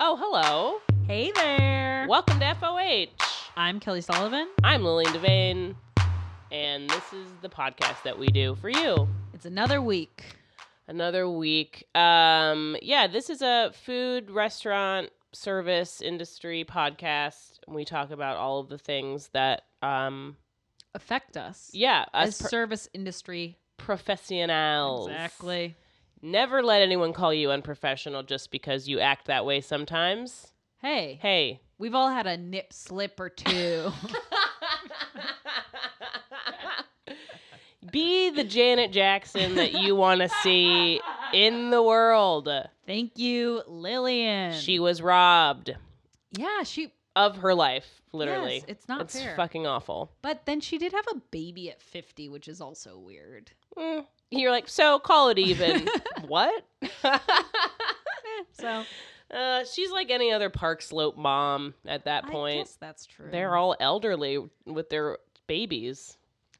Oh, hello. Hey there. Welcome to FOH. I'm Kelly Sullivan. I'm Lillian Devane, and this is the podcast that we do for you. It's another week. Another week. Um, yeah, this is a food, restaurant, service, industry podcast. We talk about all of the things that, um, Affect us yeah, as us pro- service industry. professionals. Exactly. Never let anyone call you unprofessional just because you act that way sometimes. Hey, Hey. we've all had a nip slip or two. Be the Janet Jackson that you want to see in the world. Thank you, Lillian. She was robbed yeah, she of her life, literally. Yes, it's not It's fair. fucking awful. but then she did have a baby at fifty, which is also weird. Mm. You're like, so call it even. what? So uh, she's like any other Park Slope mom at that I point. guess that's true. They're all elderly with their babies.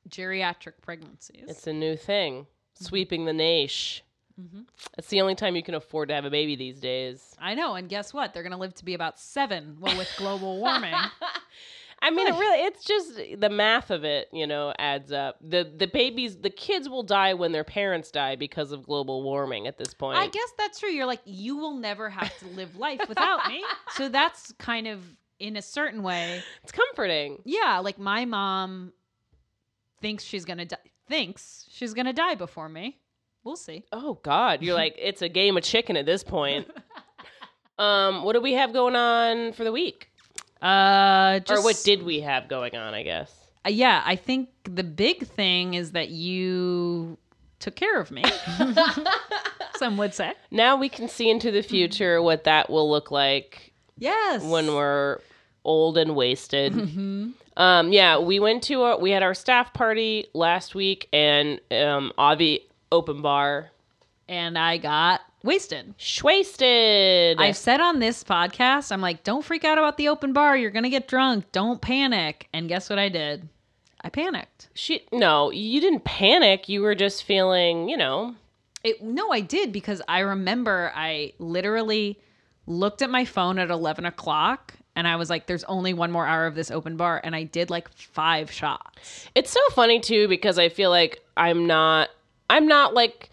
geriatric pregnancies. It's a new thing. Mm-hmm. Sweeping the niche. Mhm. It's the only time you can afford to have a baby these days. I know, and guess what? They're going to live to be about seven. Well, with global warming, I mean, it really, it's just the math of it, you know, adds up. The the babies, the kids will die when their parents die because of global warming at this point. I guess that's true. You're like, you will never have to live life without me. So that's kind of in a certain way. it's comforting. Yeah, like my mom thinks she's going to die. Thinks she's going to die before me. We'll see. Oh God, you're like it's a game of chicken at this point. Um, what do we have going on for the week, Uh, or what did we have going on? I guess. Uh, yeah, I think the big thing is that you took care of me. Some would say. Now we can see into the future what that will look like Yes. when we're old and wasted. hmm Um, yeah, we went to a, we had our staff party last week and um, Avi open bar And I got wasted. schwasted. I've said on this podcast, I'm like, don't freak out about the open bar. You're going to get drunk. Don't panic. And guess what I did? I panicked. she no, you didn't panic. You were just feeling, you know, It, no, I did because I remember I literally looked at my phone at 11 o'clock and I was like, there's only one more hour of this open bar. And I did like five shots. it's so funny too because I feel like I'm not I'm not like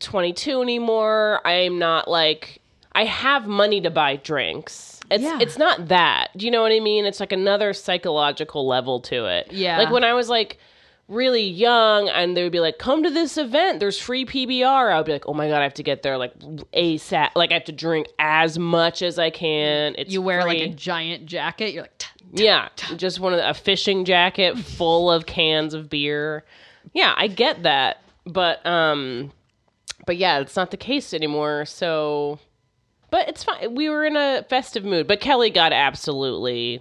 22 anymore. I'm not like I have money to buy drinks. It's Yeah. it's not that. Do you know what I mean? It's like another psychological level to it. Yeah. Like when I was like really young and they would be like come to this event there's free pbr i would be like oh my god i have to get there like asap like i have to drink as much as i can it's You wear like free. a giant jacket. You're like, "Tuh." Yeah, just one of the, a fishing jacket full of cans of beer. Yeah, I get that, but um, but yeah, it's not the case anymore. So, but it's fine. We were in a festive mood, but Kelly got absolutely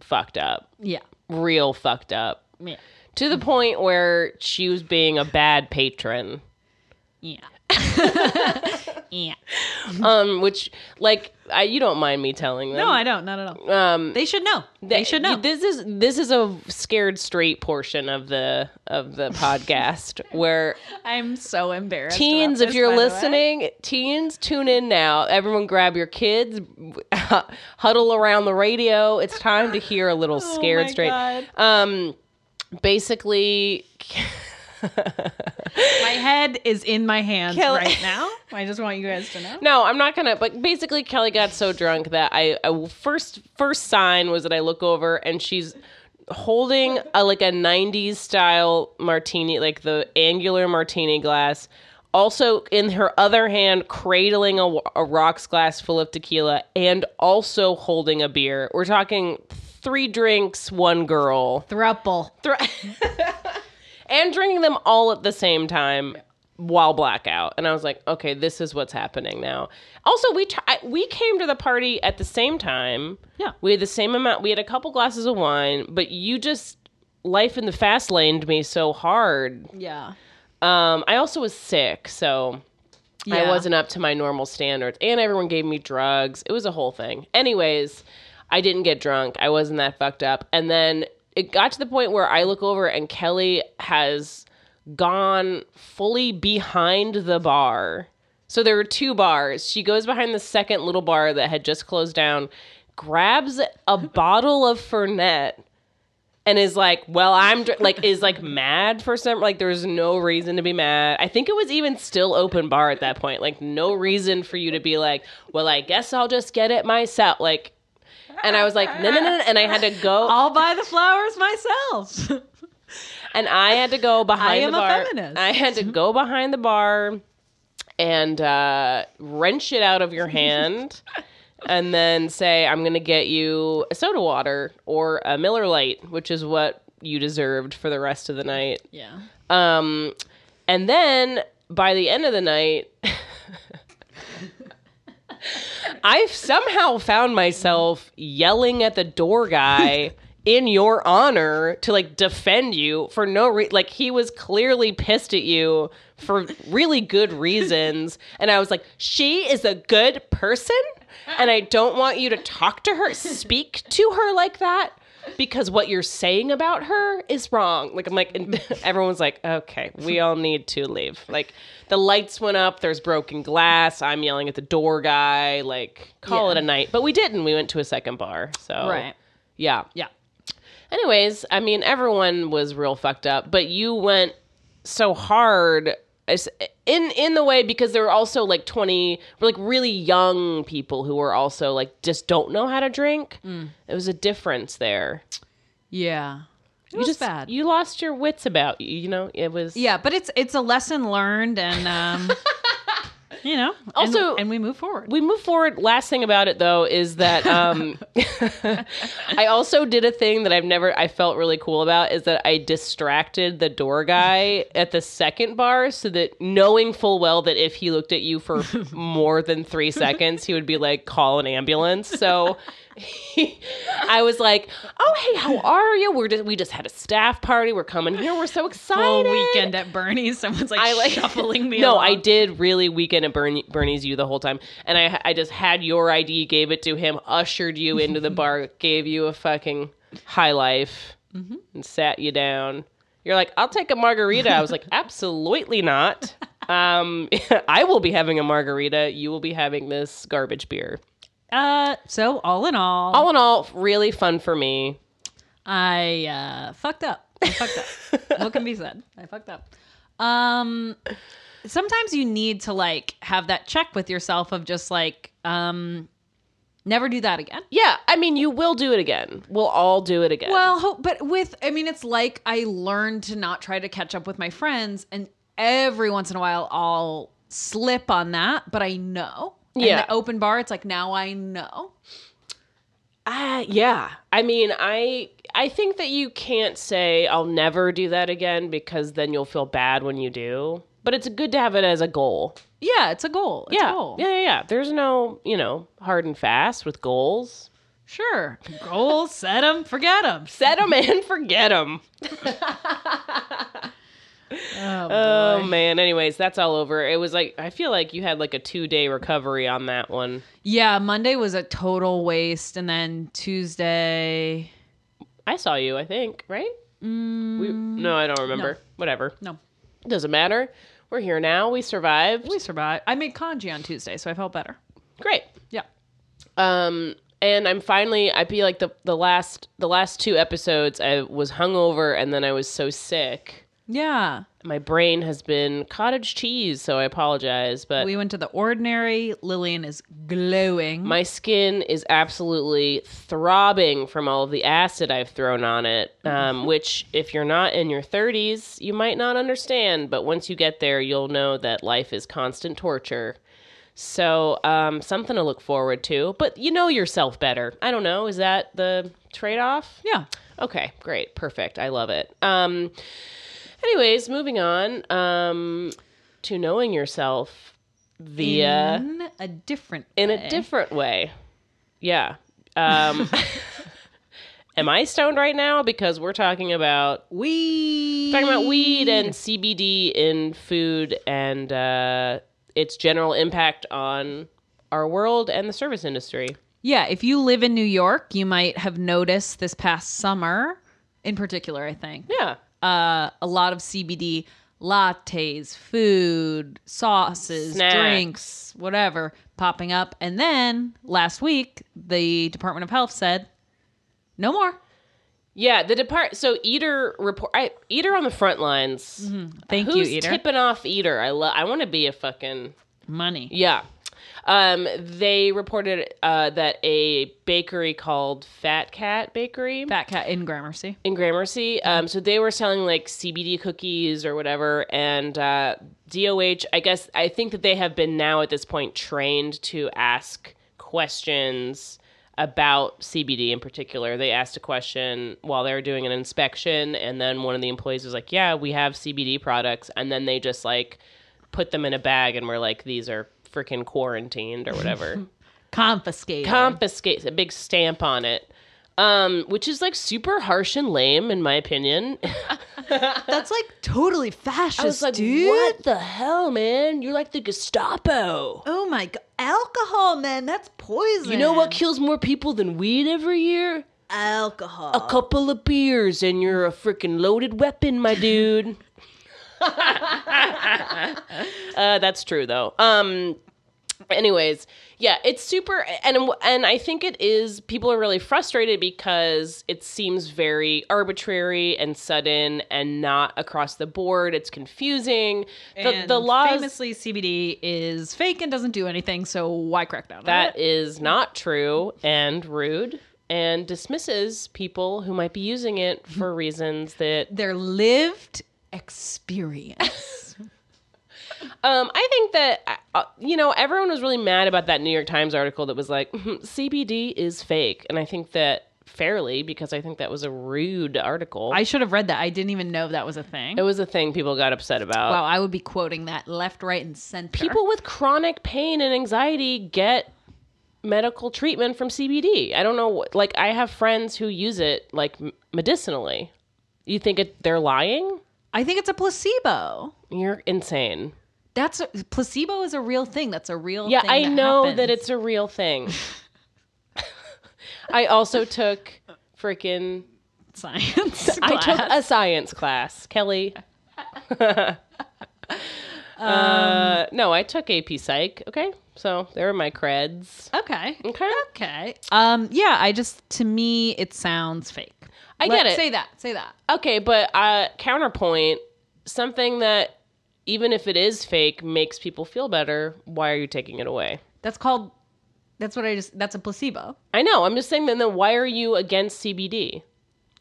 fucked up, yeah. real fucked up, Yeah. to the point where she was being a bad patron. Yeah. yeah. Um, which like I, you don't mind me telling them. No, I don't. Not at all. um, They should know. They, should know. This is this is a scared straight portion of the of the podcast where I'm so embarrassed. about teens, if this, you're by the way. listening, teens, tune in now. Everyone, grab your kids, huddle around the radio. It's time to hear a little scared Oh my straight. God. Um, basically, My head is in my hands Kelly- right now. I just want you guys to know. No, I'm not gonna. But basically, Kelly got so drunk that I, I first first sign was that I look over and she's holding a, like a '90s style martini, like the angular martini glass. Also, in her other hand, cradling a, wa- a rocks glass full of tequila, and also holding a beer. We're talking three drinks, one girl, Thruple. Thr- and drinking them all at the same time while blackout. And I was like, okay, this is what's happening now. Also, we t- I- we came to the party at the same time. Yeah. we had the same amount. We had a couple glasses of wine, but you just life in the fast laned me so hard. Yeah. Um, I also was sick, so. I Yeah. wasn't up to my normal standards, and everyone gave me drugs. It was a whole thing. Anyways, I didn't get drunk. I wasn't that fucked up. And then it got to the point where I look over and Kelly has gone fully behind the bar So there were two bars. She goes behind the second little bar that had just closed down, grabs a bottle of Fernet, and is like, "Well, I'm dr-, like is like mad for some like there's no reason to be mad." I think it was even still open bar at that point. Like no reason for you to be like, "Well, I guess I'll just get it myself." Like and I was like, "No, no, no." no," And I had to go I'll buy the flowers myself. and I had to go behind I am the a bar. feminist. I had to go behind the bar and uh, wrench it out of your hand and then say, I'm going to get you a soda water or a Miller Lite, which is what you deserved for the rest of the night. yeah. Um, and then by the end of the night, I somehow found myself yelling at the door guy in your honor to like defend you for no reason. Like he was clearly pissed at you for really good reasons, and I was like, "She is a good person, and I don't want you to talk to her, speak to her like that." Because what you're saying about her is wrong. Like I'm like, and everyone's like, okay, we all need to leave. Like the lights went up. There's broken glass. I'm yelling at the door guy. Like call Yeah. it a night. But we didn't. We went to a second bar. So Right. yeah. Yeah. Anyways, I mean, everyone was real fucked up, but you went so hard as- in in the way because there were also like 20 were like really young people who were also like just don't know how to drink. Mm. It was a difference there. Yeah. It You was just bad. you lost your wits about you, you know? It was yeah, but it's it's a lesson learned and um you know. and- Also- and, we move forward. we move forward. Last thing about it though is that um, I also did a thing that I've never I felt really cool about is that I distracted the door guy at the second bar so that knowing full well that if he looked at you for more than three seconds, he would be like, call an ambulance. So he, I was like, oh hey, how are you? We're just we just had a staff party. We're coming here. We're so excited. Full weekend at Bernie's, someone's like, I like shuffling me. No, I along. did really weekend at Bernie, Bernie's you the whole time, and I I just had your ID, gave it to him, ushered you into the bar, gave you a fucking high life, Mm-hmm. and sat you down. You're like, I'll take a margarita. I was like, absolutely not. Um, I will be having a margarita. You will be having this garbage beer. Uh, so all in all, All in all, really fun for me. I uh, fucked up. I fucked up. what can be said? I fucked up. Um, sometimes you need to like have that check with yourself of just like, um, never do that again. Yeah, I mean, you will do it again. We'll all do it again. Well, ho- but with, I mean, it's like I learned to not try to catch up with my friends, and every once in a while I'll slip on that, but I know. And Yeah. the open bar, it's like now I know. Uh, yeah. I mean, I I think that you can't say I'll never do that again because then you'll feel bad when you do. But it's good to have it as a goal. Yeah, it's a goal. It's yeah. a goal. Yeah, yeah, yeah. There's no, you know, hard and fast with goals. Sure. Goals, set them, forget them. Set 'em and forget 'em. Oh, Oh man. Anyways, that's all over. It was like I feel like you had like a 2-day recovery on that one. Yeah, Monday was a total waste, and then Tuesday. I saw you, I think, right? Mm, We, no, I don't remember. Whatever. no, Doesn't matter. We're here now. We survived. we survived. I made kanji on Tuesday, so I felt better. Great. Yeah. Um, and I'm finally I feel like the the last the last two episodes I was hungover and then I was so sick. Yeah. My brain has been cottage cheese, so I apologize, but We went to the ordinary. Lillian is glowing. my skin is absolutely throbbing from all of the acid I've thrown on it. Um, which, if you're not in your 30s, you might not understand. But once you get there, you'll know that life is constant torture. So, um, something to look forward to. But you know yourself better. I don't know. Is that the trade off? yeah. Okay, great. Perfect. I love it. Um anyways, moving on um to knowing yourself Mm. via In a different. Uh, in, way. a different way. Yeah. Um Am I stoned right now because we're talking about We talking about weed and CBD in food and uh its general impact on our world and the service industry. Yeah, if you live in New York, you might have noticed this past summer, in particular, I think, Yeah. uh, a lot of CBD lattes, food, sauces, Snacks. drinks, whatever popping up. And then last week, the Department of Health said, no more. Yeah, the depart. So Eater report. I, Eater on the front lines. Mm-hmm. Thank Who's you, Eater. tipping off Eater? I love. I want to be a fucking Money. yeah. Um, they reported uh, that a bakery called Fat Cat Bakery Fat Cat in Gramercy. in Gramercy. Um, so they were selling like CBD cookies or whatever, and uh, DOH. I guess I think that they have been now at this point trained to ask questions about CBD in particular. They asked a question while they were doing an inspection, and then one of the employees was like, "Yeah, we have CBD products," and then they just like put them in a bag and were like, "These are." freaking quarantined or whatever Confiscated. confiscates a big stamp on it um which is like super harsh and lame in my opinion That's like totally fascist, i was like dude. what the hell man you're like the gestapo Oh my god. Alcohol, man. That's poison. you know what kills more people than weed every year Alcohol. a couple of beers and you're a freaking loaded weapon my dude uh, that's true though um anyways yeah it's super and and i think it is people are really frustrated because it seems very arbitrary and sudden and not across the board it's confusing the, And the laws famously CBD is fake and doesn't do anything, so why crack down on that it? is not true and rude and dismisses people who might be using it for reasons that Their lived experience. Um, I think that uh, you know everyone was really mad about that New York Times article that was like CBD is fake, and I think that fairly because I think that was a rude article. I should have read that. I didn't even know that was a thing. it was a thing people got upset about. Oh, wow, I would be quoting that left, right, and center. People with chronic pain and anxiety get medical treatment from CBD. I don't know, wh- like I have friends who use it like m- medicinally. You think it, they're lying? I think it's a placebo. You're insane. That's a, placebo is a real thing. That's a real Yeah, thing I know that happens. it's a real thing. I also took freaking science. I took class. a science class, Kelly. uh, no, I took AP Psych. Okay, so there are my creds. okay. Okay, Okay. Um yeah, I just to me it sounds fake. I Let- get it. Say that. Say that. Okay, but uh, counterpoint something that even if it is fake makes people feel better. Why are you taking it away? That's called that's what I just that's a placebo. I know. I'm just saying. Then, then why are you against CBD?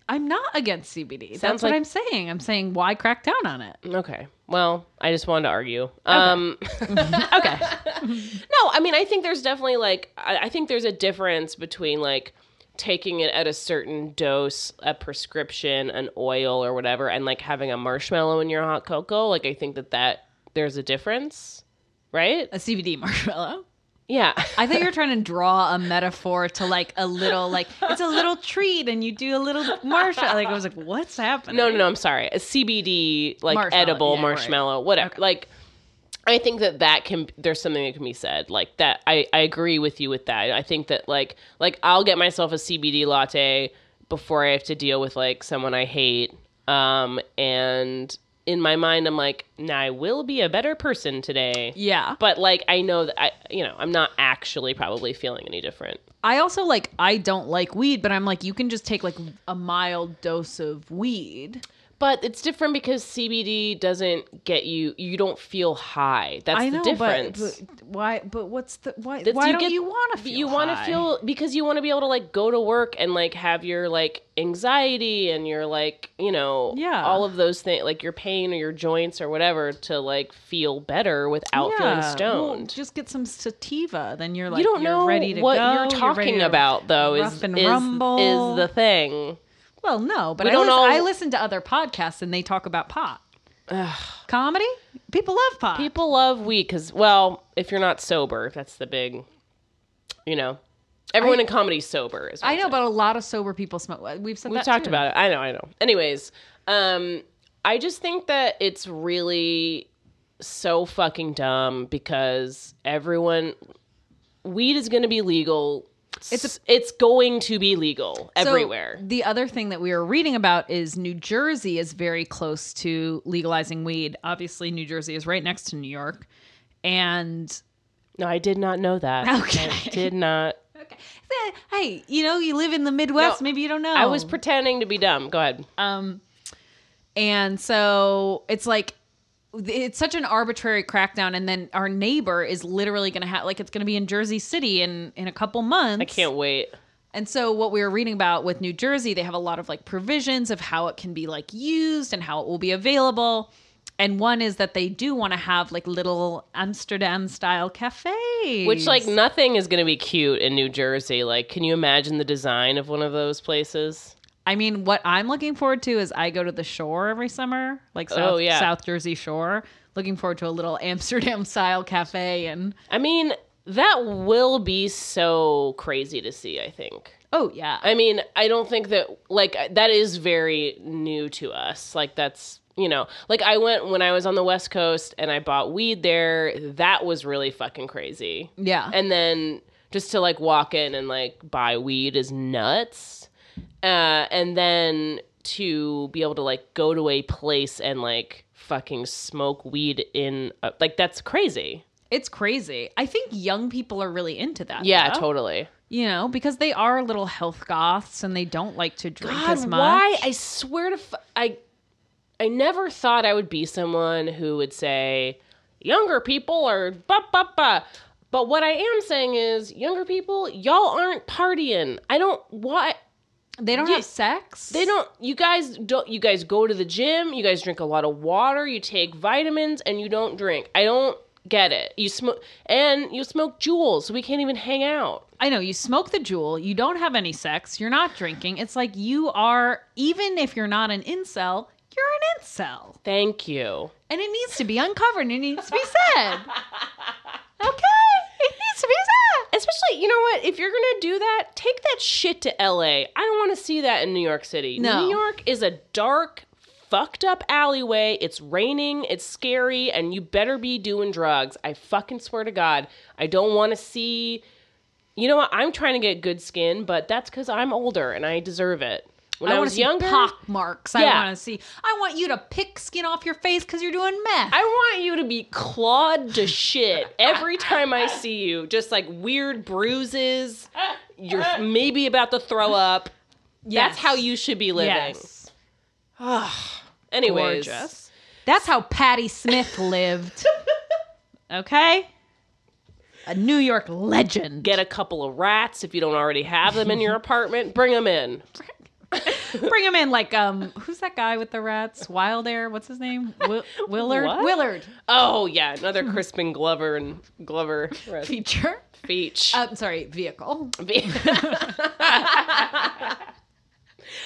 I'm not against CBD. Sounds That's what like- I'm saying. I'm saying why crack down on it? Okay. Well, I just wanted to argue. Um, Okay. No, I mean, I think there's definitely like, I, I think there's a difference between like taking it at a certain dose, a prescription, an oil or whatever, and like having a marshmallow in your hot cocoa. Like, I think that that there's a difference, right? a CBD marshmallow. Yeah. Uh, I thought you were trying to draw a metaphor to like a little like it's a little treat and you do a little marshmallow. Like I was like, what's happening? No, no, no. I'm sorry. A CBD, like Marshmallow, edible yeah, right. marshmallow, whatever. Like, I think that that can. There's something that can be said. Like that. I I agree with you with that. I think that like like I'll get myself a CBD latte before I have to deal with like someone I hate. Um, and in my mind, I'm like, nah, I will be a better person today. Yeah. But like, I know that I, you know, I'm not actually probably feeling any different. I also like I don't like weed, but I'm like you can just take like a mild dose of weed. But it's different because CBD doesn't get you. You don't feel high. That's I know, the difference. But, but why? But what's the why? That's- why you don't get- you want to feel? you want to high? feel because you want to be able to like go to work and like have your like anxiety and your like you know Yeah. all of those things like your pain or your joints or whatever to like feel better without Yeah, feeling well, stoned. just get some sativa, then you're like you don't you're know ready to what go, you're ready talking to- about though. Is rough and is, rumble. is the thing? Well, no, but We I, don't lis- all- I listen to other podcasts and they talk about pot. Comedy? People love pot. People love weed because well, if you're not sober, that's the big, you know, everyone in comedy's sober. Is what I I'm know, but a lot of sober people smoke. Uh, We've said We've that talked too. about it. I know, I know. Anyways, um, I just think that it's really so fucking dumb because everyone weed is going to be legal It's it's going to be legal So, everywhere. the other thing that we were reading about is New Jersey is very close to legalizing weed. Obviously, New Jersey is right next to New York. And No, I did not know that. Okay. I did not. okay. eh, hey, you know, you live in the Midwest, No, maybe you don't know. I was pretending to be dumb. Go ahead. Um, and so it's like it's such an arbitrary crackdown, and then our neighbor is literally going to have like it's going to be in Jersey City in in a couple months. I can't wait. And so what we were reading about with New Jersey, they have a lot of like provisions of how it can be like used and how it will be available. And one is that they do want to have like little Amsterdam style cafes, Which like nothing is going to be cute in New Jersey. Like, can you imagine the design of one of those places? I mean, what I'm looking forward to is I go to the shore every summer, like South, Oh, yeah. South Jersey Shore. Looking forward to a little Amsterdam style cafe and I mean, that will be so crazy to see. I think. oh yeah, I mean, I don't think that like that is very new to us. Like that's you know, like I went when I was on the West Coast and I bought weed there. That was really fucking crazy. yeah. And then just to like walk in and like buy weed is nuts. Uh, and then to be able to like go to a place and like fucking smoke weed in a, like that's crazy. it's crazy. I think young people are really into that. Yeah, though. totally. You know, because they are little health goths and they don't like to drink as much. why? I swear to f- I I never thought I would be someone who would say younger people are ba ba ba. But what I am saying is younger people, y'all aren't partying. I don't why They don't You- have sex. they don't you guys don't you guys go to the gym, you guys drink a lot of water, you take vitamins and you don't drink. I don't get it. You smoke and you smoke jewels, so we can't even hang out. I know you smoke the jewel. You don't have any sex. You're not drinking. It's like you are. Even if you're not an incel, you're an incel. Thank you. And it needs to be uncovered and it needs to be said. okay. It needs to be said. Especially, you know what? If you're gonna do that, take that shit to LA. I don't want to see that in New York City. No. New York is a dark, fucked up alleyway. It's raining, it's scary, and you better be doing drugs. I fucking swear to God, I don't want to see. You know what? I'm trying to get good skin, but that's because I'm older and I deserve it. When I, wanna was see younger, pock marks. I Yeah. want to see. I want you to pick skin off your face because you're doing meth. I want you to be clawed to shit every time I see you. Just like weird bruises. You're maybe about to throw up. That's how you should be living. Yes. Anyways, Gorgeous. That's how Patty Smith lived. okay. A New York legend. get a couple of rats if you don't already have them in your apartment. Bring them in. Bring him in, like um, who's that guy with the rats? Wild Air. What's his name? Wi- Willard. What? Willard. Oh yeah, another Crispin Glover and Glover Feature. speech. I'm sorry. Vehicle.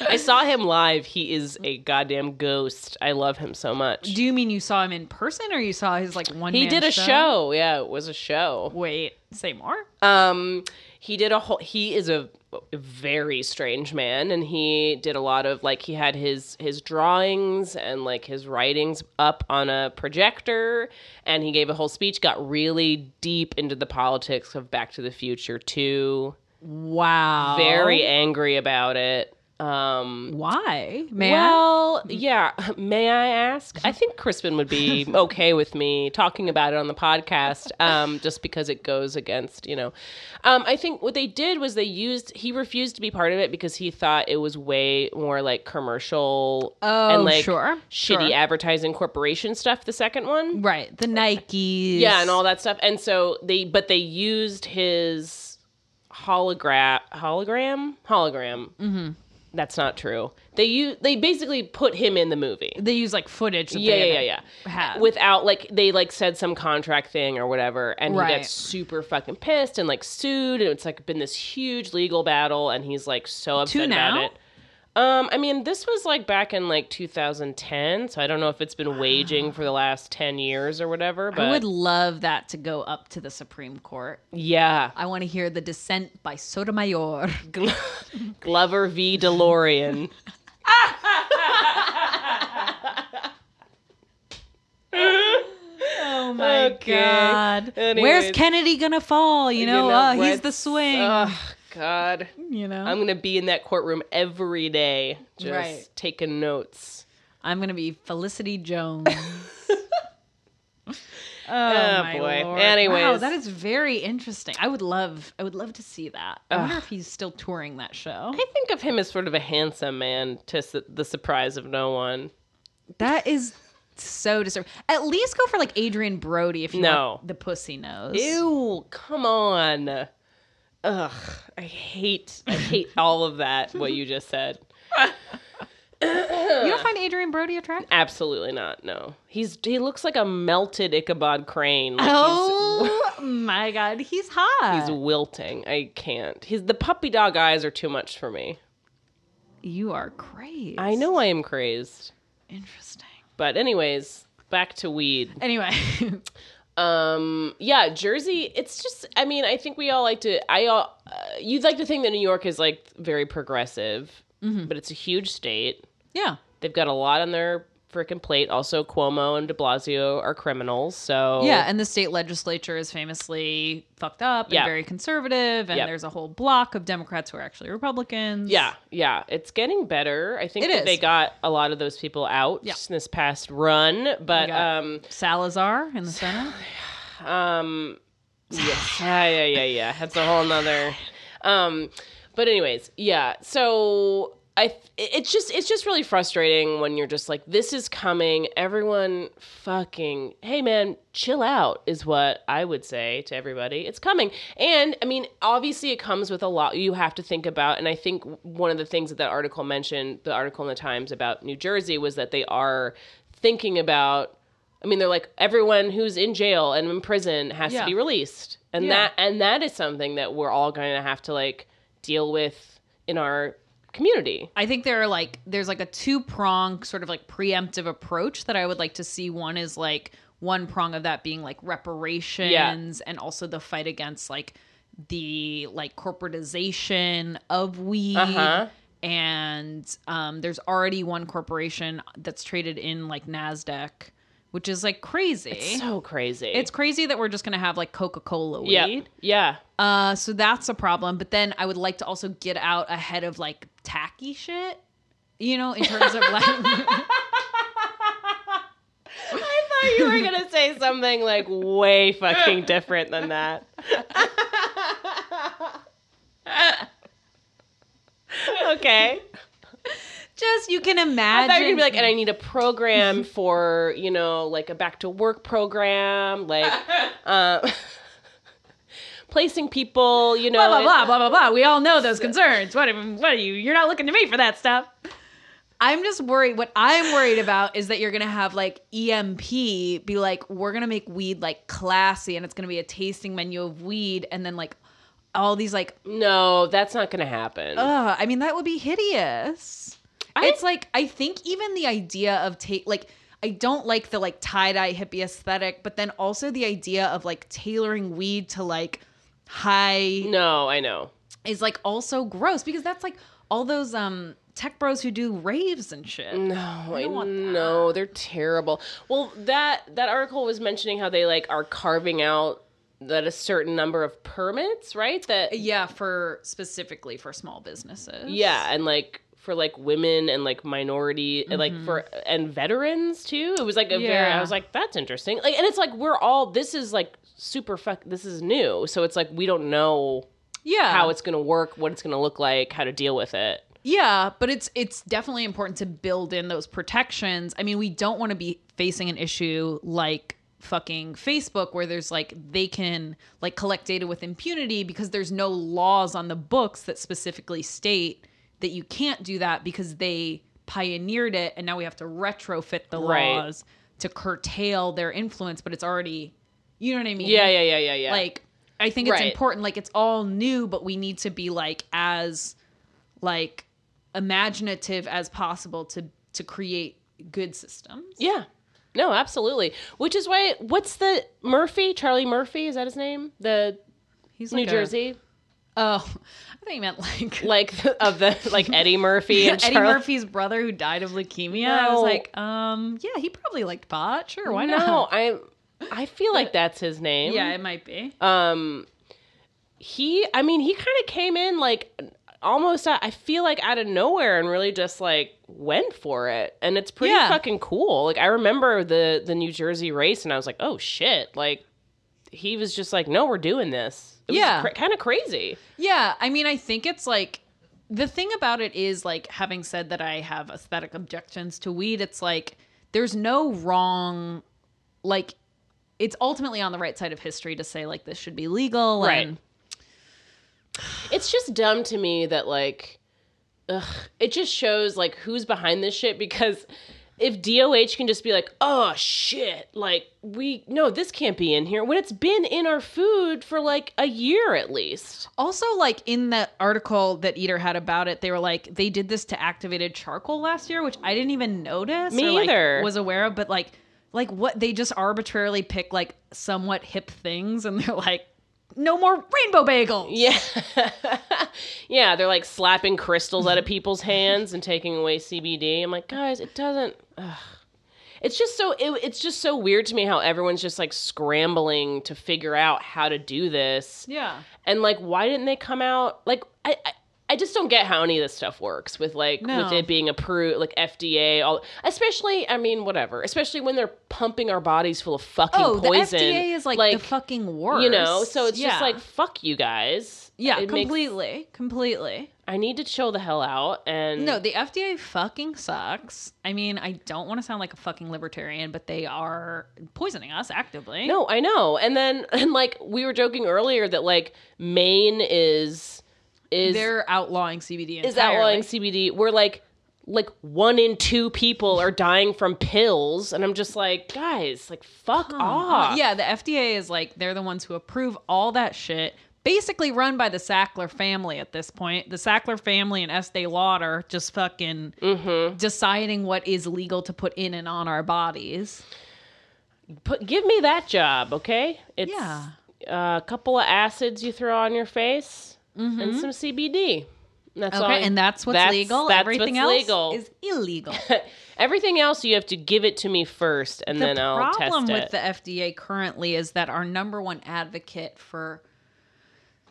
I saw him live. He is a goddamn ghost. I love him so much. Do you mean you saw him in person or you saw his like one He man did a show. Yeah, it was a show. Wait, say more? Um, he did a whole. He is a very strange man, and he did a lot of like he had his his drawings and like his writings up on a projector, and he gave a whole speech. Got really deep into the politics of Back to the Future too. Wow. Very angry about it. Um, Why? Man. Mm-hmm. well, yeah. May I ask? I think Crispin would be okay with me talking about it on the podcast, um, just because it goes against, you know. Um, I think what they did was they used. He refused to be part of it because he thought it was way more like commercial Oh, and like sure, shitty sure. advertising corporation stuff. The second one, right. The Nikes. yeah, and all that stuff. And so they, but they used his hologram, hologram, hologram. Mm-hmm. That's not true. They u- they basically put him in the movie. They use like footage. That Yeah, they yeah, had- yeah, yeah. had. Without like they like said some contract thing or whatever, and he Right. gets super fucking pissed and like sued, and it's like been this huge legal battle, and he's like so upset now? about it. Um, I mean, this was like back in like 2010, so I don't know if it's been waging for the last 10 years or whatever. But I would love that to go up to the Supreme Court. yeah, I want to hear the dissent by Sotomayor. Glo- Glover v. DeLorean. Oh my Okay. God. Anyways. Where's Kennedy gonna fall? You know, know uh, he's what? the swing. Ugh, God. You know, I'm going to be in that courtroom every day, just Right. taking notes. I'm gonna be Felicity Jones. oh, my boy. Lord. wow, Anyways. that is very interesting. I would love, I would love to see that. I wonder if he's still touring that show. I think of him as sort of a handsome man to s- the surprise of no one. That is so disturbing. At least go for like Adrian Brody if you No. want the pussy nose. Ew, come on. Ugh, I hate I hate all of that what you just said. You don't find Adrian Brody attractive? Absolutely not. No. He's he looks like a melted Ichabod crane. Like Oh my god, he's hot. he's, he's wilting. I can't. His the puppy dog eyes are too much for me. you are crazy. I know I am crazed. Interesting. But anyways, back to weed. Anyway, Um, yeah, Jersey. It's just. I mean, I think we all like to. I all uh, you'd like to think that New York is like very progressive, Mm-hmm. but it's a huge state. yeah. They've got a lot on their freaking plate. Also, Cuomo and De Blasio are criminals. So Yeah, and the state legislature is famously fucked up and Oh. Yeah. very conservative, and Yep. there's a whole block of Democrats who are actually Republicans. yeah, yeah. It's getting better. I think It that is. they got a lot of those people out Yeah. in this past run, but got- um, Salazar in the Senate. Um, yes. yeah, yeah, yeah, yeah. That's a whole nother. Um, but anyways, yeah. So I, th- it's just, it's just really frustrating when you're just like, this is coming. Everyone, fucking, hey man, chill out is what I would say to everybody. It's coming, and I mean, obviously, it comes with a lot you have to think about. And I think one of the things that that article mentioned, the article in the Times about New Jersey, was that they are thinking about I mean, they're like everyone who's in jail and in prison has Yeah. to be released, and Yeah. that and that is something that we're all going to have to like deal with in our community. I think there are like there's like a two prong sort of like preemptive approach that I would like to see. One is like one prong of that being like reparations and also the fight against like the like corporatization of weed. Uh-huh. And um, there's already one corporation that's traded in like Nasdaq, which is like crazy. Eh? It's, So crazy. crazy that we're just gonna have like Coca Cola weed. yeah, yeah, Uh, so that's a problem. But then I would like to also get out ahead of like tacky shit, you know, in terms of like, I thought you were gonna say something like way fucking different than that. okay. just you can I imagine. thought you were gonna be like, and I need a program for you know, like a back to work program, like uh, placing people, you know, blah blah blah blah blah blah. We all know those concerns. What? What are you? You're not looking to me for that stuff. I'm just worried. What I'm worried about is that you're gonna have like EMP be like, we're gonna make weed like classy, and it's gonna be a tasting menu of weed, and then like all these like No, that's not gonna happen. Ugh, I mean, that would be hideous. I- it's like I think even the idea of take like I don't like the like tie dye hippie aesthetic, but then also the idea of like tailoring weed to like high no, I know. is like also gross because that's like all those um tech bros who do raves and shit. No, I don't want that. no, they're terrible. Well, that that article was mentioning how they like are carving out that a certain number of permits, right? That Yeah, for specifically for small businesses. yeah, and like for like women and like minority and like for and veterans too. It was like a very Mm-hmm. Yeah. I was like that's interesting. Like and it's like we're all this is like super fuck this is new. So it's like we don't know yeah. how it's going to work, what it's going to look like, how to deal with it. Yeah, but it's it's definitely important to build in those protections. I mean, we don't want to be facing an issue like fucking Facebook where there's like they can like collect data with impunity because there's no laws on the books that specifically state that you can't do that because they pioneered it and now we have to retrofit the Right. laws to curtail their influence, but it's already you know what I mean? Yeah, yeah, yeah, yeah, yeah. like i think it's Right. important like it's all new but we need to be like as like imaginative as possible to to create good systems Yeah. No, absolutely. Which is why what's the Murphy, Charlie Murphy, is that his name? The he's New like a- Jersey? oh i think you meant like, Like of the like Eddie Murphy and eddie Charlie murphy's brother who died of leukemia i No. was like um yeah he probably liked pot sure why No, not I I feel like that's his name. yeah it might be Um he i mean he kind of came in like almost out- i feel like out of nowhere and really just like went for it and it's pretty Yeah. fucking cool like i remember the the new jersey race and i was like oh shit like he was just like no we're doing this it was Yeah. cra- kind of crazy Yeah, I mean, I think it's like the thing about it is like having said that I have aesthetic objections to weed, it's like there's no wrong like it's ultimately on the right side of history to say like this should be legal Right. and Um, it's just dumb to me that like ugh, it just shows like who's behind this shit because if DOH can just be like, "Oh shit, like we no, this can't be in here." When it's been in our food for like a year at least. also like in that article that Eater had about it, they were like they did this to activated charcoal last year, which I didn't even notice Me or, like, either. was aware of, but like like what they just arbitrarily pick like somewhat hip things and they're like no more rainbow bagels. Yeah. yeah, they're like slapping crystals out of people's hands and taking away CBD. I'm like, "Guys, it doesn't ugh. It's just so it, it's just so weird to me how everyone's just like scrambling to figure out how to do this. Yeah. and like why didn't they come out like i i, I just don't get how any of this stuff works with like No. with it being approved like fda all especially i mean whatever especially when they're pumping our bodies full of fucking Oh, poison the FDA is like, the fucking worst. you know so it's Yeah. just like fuck you guys yeah, It makes- completely, completely. i need to chill the hell out and No, the FDA fucking sucks. I mean, I don't want to sound like a fucking libertarian, but they are poisoning us actively. No, I know. And then and like we were joking earlier that like Maine is is they're outlawing CBD entirely. is outlawing CBD. We're like, like one in two people are dying from pills, and I'm just like, guys, like fuck off. Uh-huh. Yeah, the FDA is like they're the ones who approve all that shit. Basically run by the Sackler family at this point. The Sackler family and Estee Lauder just fucking Mm-hmm. deciding what is legal to put in and on our bodies. Put, give me that job, okay? It's Yeah. uh, a couple of acids you throw on your face and some CBD. And That's all. Mm-hmm. Okay, and that's what's legal. That's Everything what's legal. else is illegal. Everything else you have to give it to me first, and then I'll test problem with it. the FDA currently is that our number one advocate for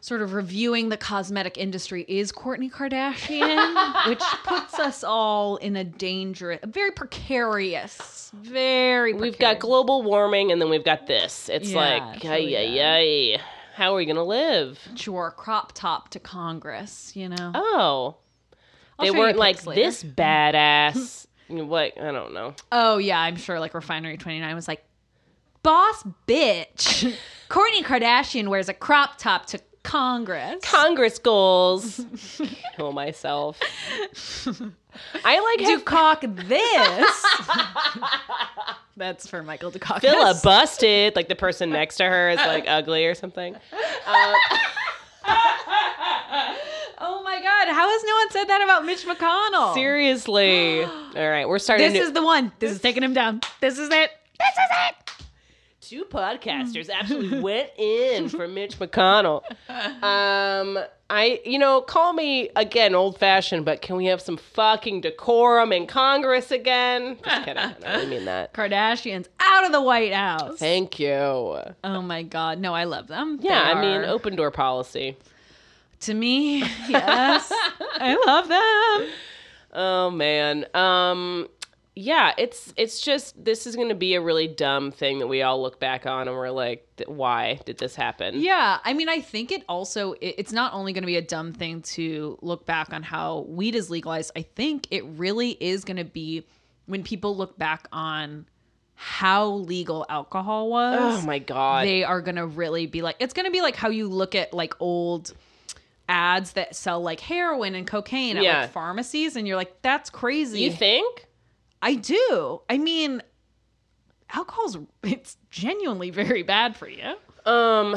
sort of reviewing the cosmetic industry is Courtney Kardashian, which puts us all in a dangerous, a very precarious, very. we've got precarious- global warming, and then we've got this. It's Yeah, like, it's yay, really yay, yay. How are we gonna live? your crop top to Congress, you know. Oh. I'll they show you weren't like pics later. this badass. what I don't know. Oh yeah, I'm sure like Refinery 29 was like, "Boss bitch, Courtney Kardashian wears a crop top to Congress." Congress goals. Kill myself. I like to have cock this. That's for Michael Dukakis. Phila busted. Like the person next to her is like ugly or something. Oh my God! How has no one said that about Mitch Oh. McConnell? Seriously. All right, we're starting This to is the one. This is taking him down. This is it. This is it. two podcasters absolutely went in for Mitch McConnell. Um, I, you know, call me again old fashioned, but can we have some fucking decorum in Congress again? Just kidding. I don't really mean that. Kardashians out of the White House. Thank you. Oh my God! No, I love them. Yeah, They I mean, oh. are- open door policy. to me, yes, I love them. Oh man. Um yeah, it's it's just this is going to be a really dumb thing that we all look back on and we're like, "Th- why did this happen? Yeah, I mean, I think it also it- it's not only going to be a dumb thing to look back on how weed is legalized. I think it really is going to be when people look back on how legal alcohol Oh was. my god. they are going to really be like it's going to be like how you look at like old ads that sell like heroin and cocaine at Yeah. like pharmacies and you're like that's crazy. you think? I do. I mean alcohol's it's genuinely very bad for you. Um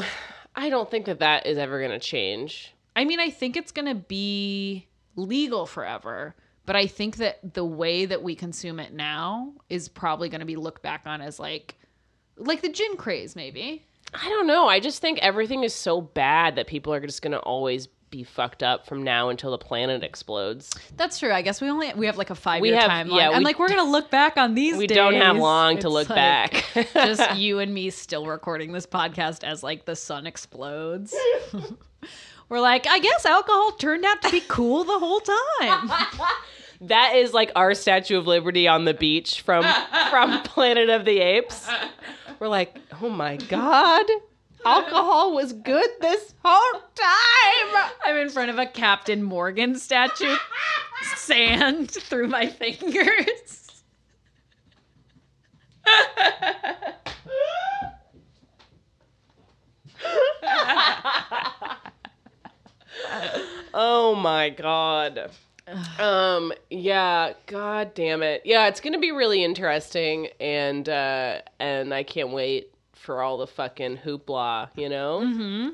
I don't think that that is ever going to change. I mean, I think it's going to be legal forever, but I think that the way that we consume it now is probably going to be looked back on as like like the gin craze maybe. I don't know. I just think everything is so bad that people are just going to always be fucked up from now until the planet explodes. That's true. I guess we only we have like a five We year have- timeline. yeah, I'm we- like we're gonna look back on these. We don't have days. long to It's look like, back. just you and me still recording this podcast as like the sun explodes. we're like, I guess alcohol turned out to be cool the whole time. that is like our Statue of Liberty on the beach from from Planet of the Apes. We're like, oh my god, alcohol was good this whole time. I'm in front of a Captain Morgan statue, sand through my fingers. Oh my god. Um yeah, god damn it. Yeah, it's going to be really interesting and uh and I can't wait for all the fucking hoopla, you know? Mm-hmm.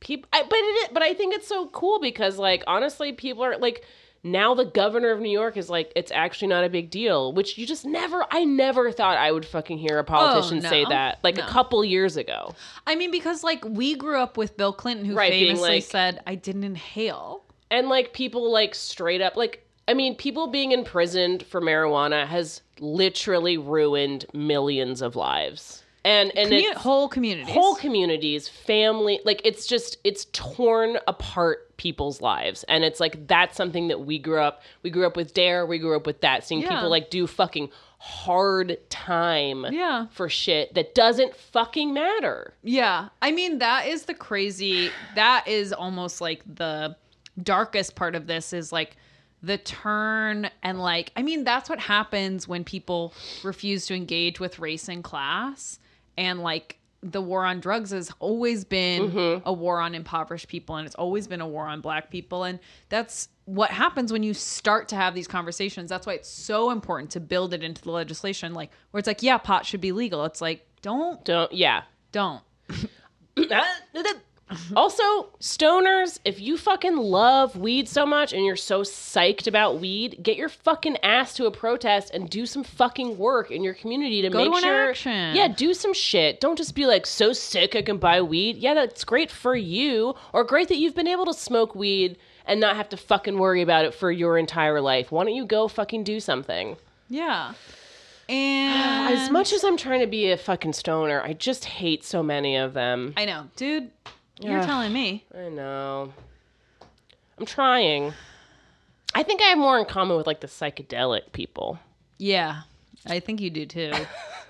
people I, but it but I think it's so cool because like honestly people are like now the governor of New York is like it's actually not a big deal which you just never I never thought I would fucking hear a politician Oh, no. say that like No. a couple years ago I mean, because like we grew up with Bill Clinton, who Right, being famously like- said, "I didn't inhale." and like people like straight up like I mean people being imprisoned for marijuana has literally ruined millions of lives and and Commu- it's- whole communities. whole communities, family, like it's just it's torn apart people's lives. And it's like that's something that we grew up we grew up with Dare, we grew up with that, seeing Yeah. people like do fucking hard time Yeah. for shit that doesn't fucking matter. Yeah. I mean, that is the crazy, that is almost like the darkest part of this is like the turn and like, I mean, that's what happens when people refuse to engage with race and class. And like the war on drugs has always been a war on impoverished people and it's always been a war on black people. And that's what happens when you start to have these conversations. That's why it's so important to build it into the legislation, like where it's like, yeah, pot should be legal. It's like, don't, Don't yeah. don't. also, stoners, if you fucking love weed so much and you're so psyched about weed, get your fucking ass to a protest and do some fucking work in your community to Go make to an sure. action. Yeah, do some shit. Don't just be like so sick I can buy weed. Yeah, that's great for you, or great that you've been able to smoke weed and not have to fucking worry about it for your entire life. Why don't you go fucking do something? Yeah. And As much as I'm trying to be a fucking stoner, I just hate so many of them. I know, dude, you're Yeah. telling me. I know. I'm trying. I think I have more in common with like the psychedelic people. Yeah. I think you do too.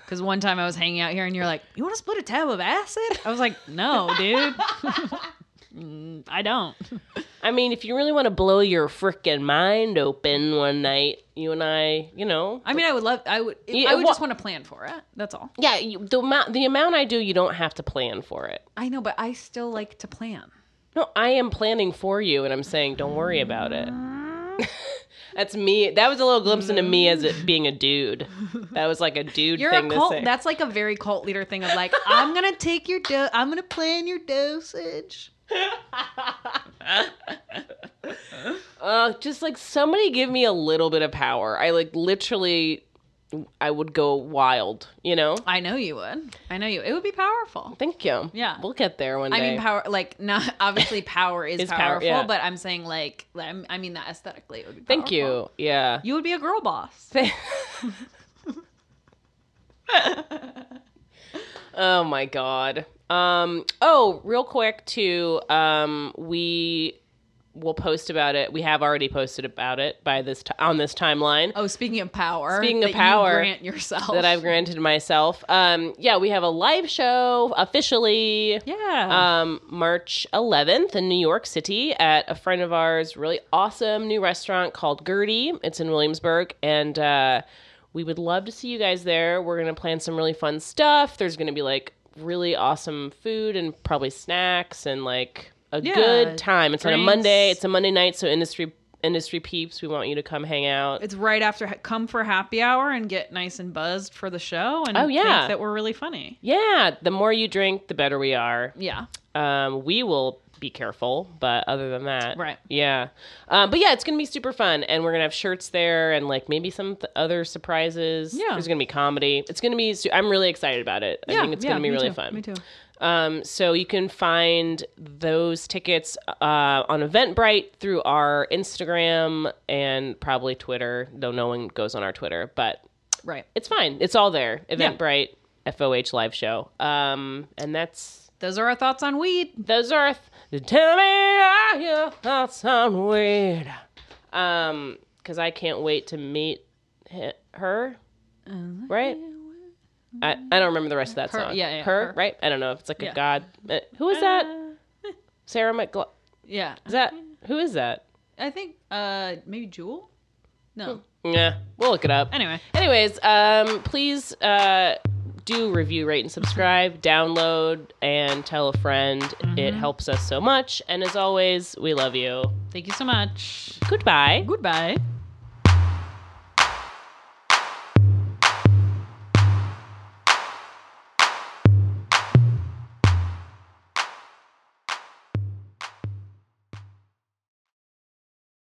Cuz one time I was hanging out here and you're like, "You want to split a tab of acid?" I was like, "No, dude." Mm, I don't. I mean, if you really want to blow your frickin' mind open one night, you and I, you know. I mean, I would love I would Yeah, I would wha- just want to plan for it. That's all. Yeah, you, the amount the amount I do, you don't have to plan for it. I know, but I still like to plan. No, I am planning for you, and I'm saying don't worry about it. That's me. That was a little glimpse into me as it being a dude. That was like a dude You're thing a to cult. say. That's like a very cult leader thing of like, "I'm going to take your do- I'm going to plan your dosage." Uh, just like somebody give me a little bit of power. I like literally, I would go wild. You know. I know you would. I know you. It would be powerful. Thank you. Yeah. we'll get there one day. I mean, power, like, not obviously power is, Is power, powerful, yeah. but I'm saying, like, I'm, I mean, that aesthetically, it would be Thank powerful. you. Yeah. You would be a girl boss. oh my god. Um. Oh, real quick too. Um. We will post about it. We have already posted about it by this t- on this timeline. Oh, speaking of power, Speaking of that you power, grant yourself That I've granted myself. Um, yeah, we have a live show officially. yeah, um, March 11th in New York City at a friend of ours, really awesome new restaurant called Gertie. It's in Williamsburg, and uh, we would love to see you guys there. We're gonna plan some really fun stuff. There's gonna be like really awesome food and probably snacks and like a Yeah, good time. It's on a drinks. Monday. It's a Monday night, so industry industry peeps, we want you to come hang out. it's right after ha- come for happy hour and get nice and buzzed for the show, and Oh, yeah. think that we're really funny. Yeah, the more you drink, the better we are. Yeah, um, we will be careful but other than that Right. yeah um, but yeah it's gonna be super fun and we're gonna have shirts there and like maybe some th- other surprises Yeah. there's gonna be comedy it's gonna be su- i'm really excited about it i yeah, think it's yeah, gonna be me really too, fun Me too. Um, so you can find those tickets uh, on Eventbrite through our Instagram and probably Twitter, though no one goes on our Twitter, but Right. it's fine. It's all there. Eventbrite, FOH live show. Um, and that's Those are our thoughts on weed. those are th- tell me are your thoughts on weed. Um, because I can't wait to meet he- her. Right. I, I don't remember the rest of that Her, song. yeah, yeah, her, her. right? I don't know if it's like Yeah. a god. uh, Who is that? Sarah McGl. Yeah. Is that who is that? I think uh maybe Jewel? Hmm. No. Yeah, we'll look it up. Anyway. Anyways, um, please uh, do review, rate, and subscribe, download, and tell a friend. Mm-hmm. It helps us so much. And as always, we love you. Thank you so much. Goodbye. Goodbye.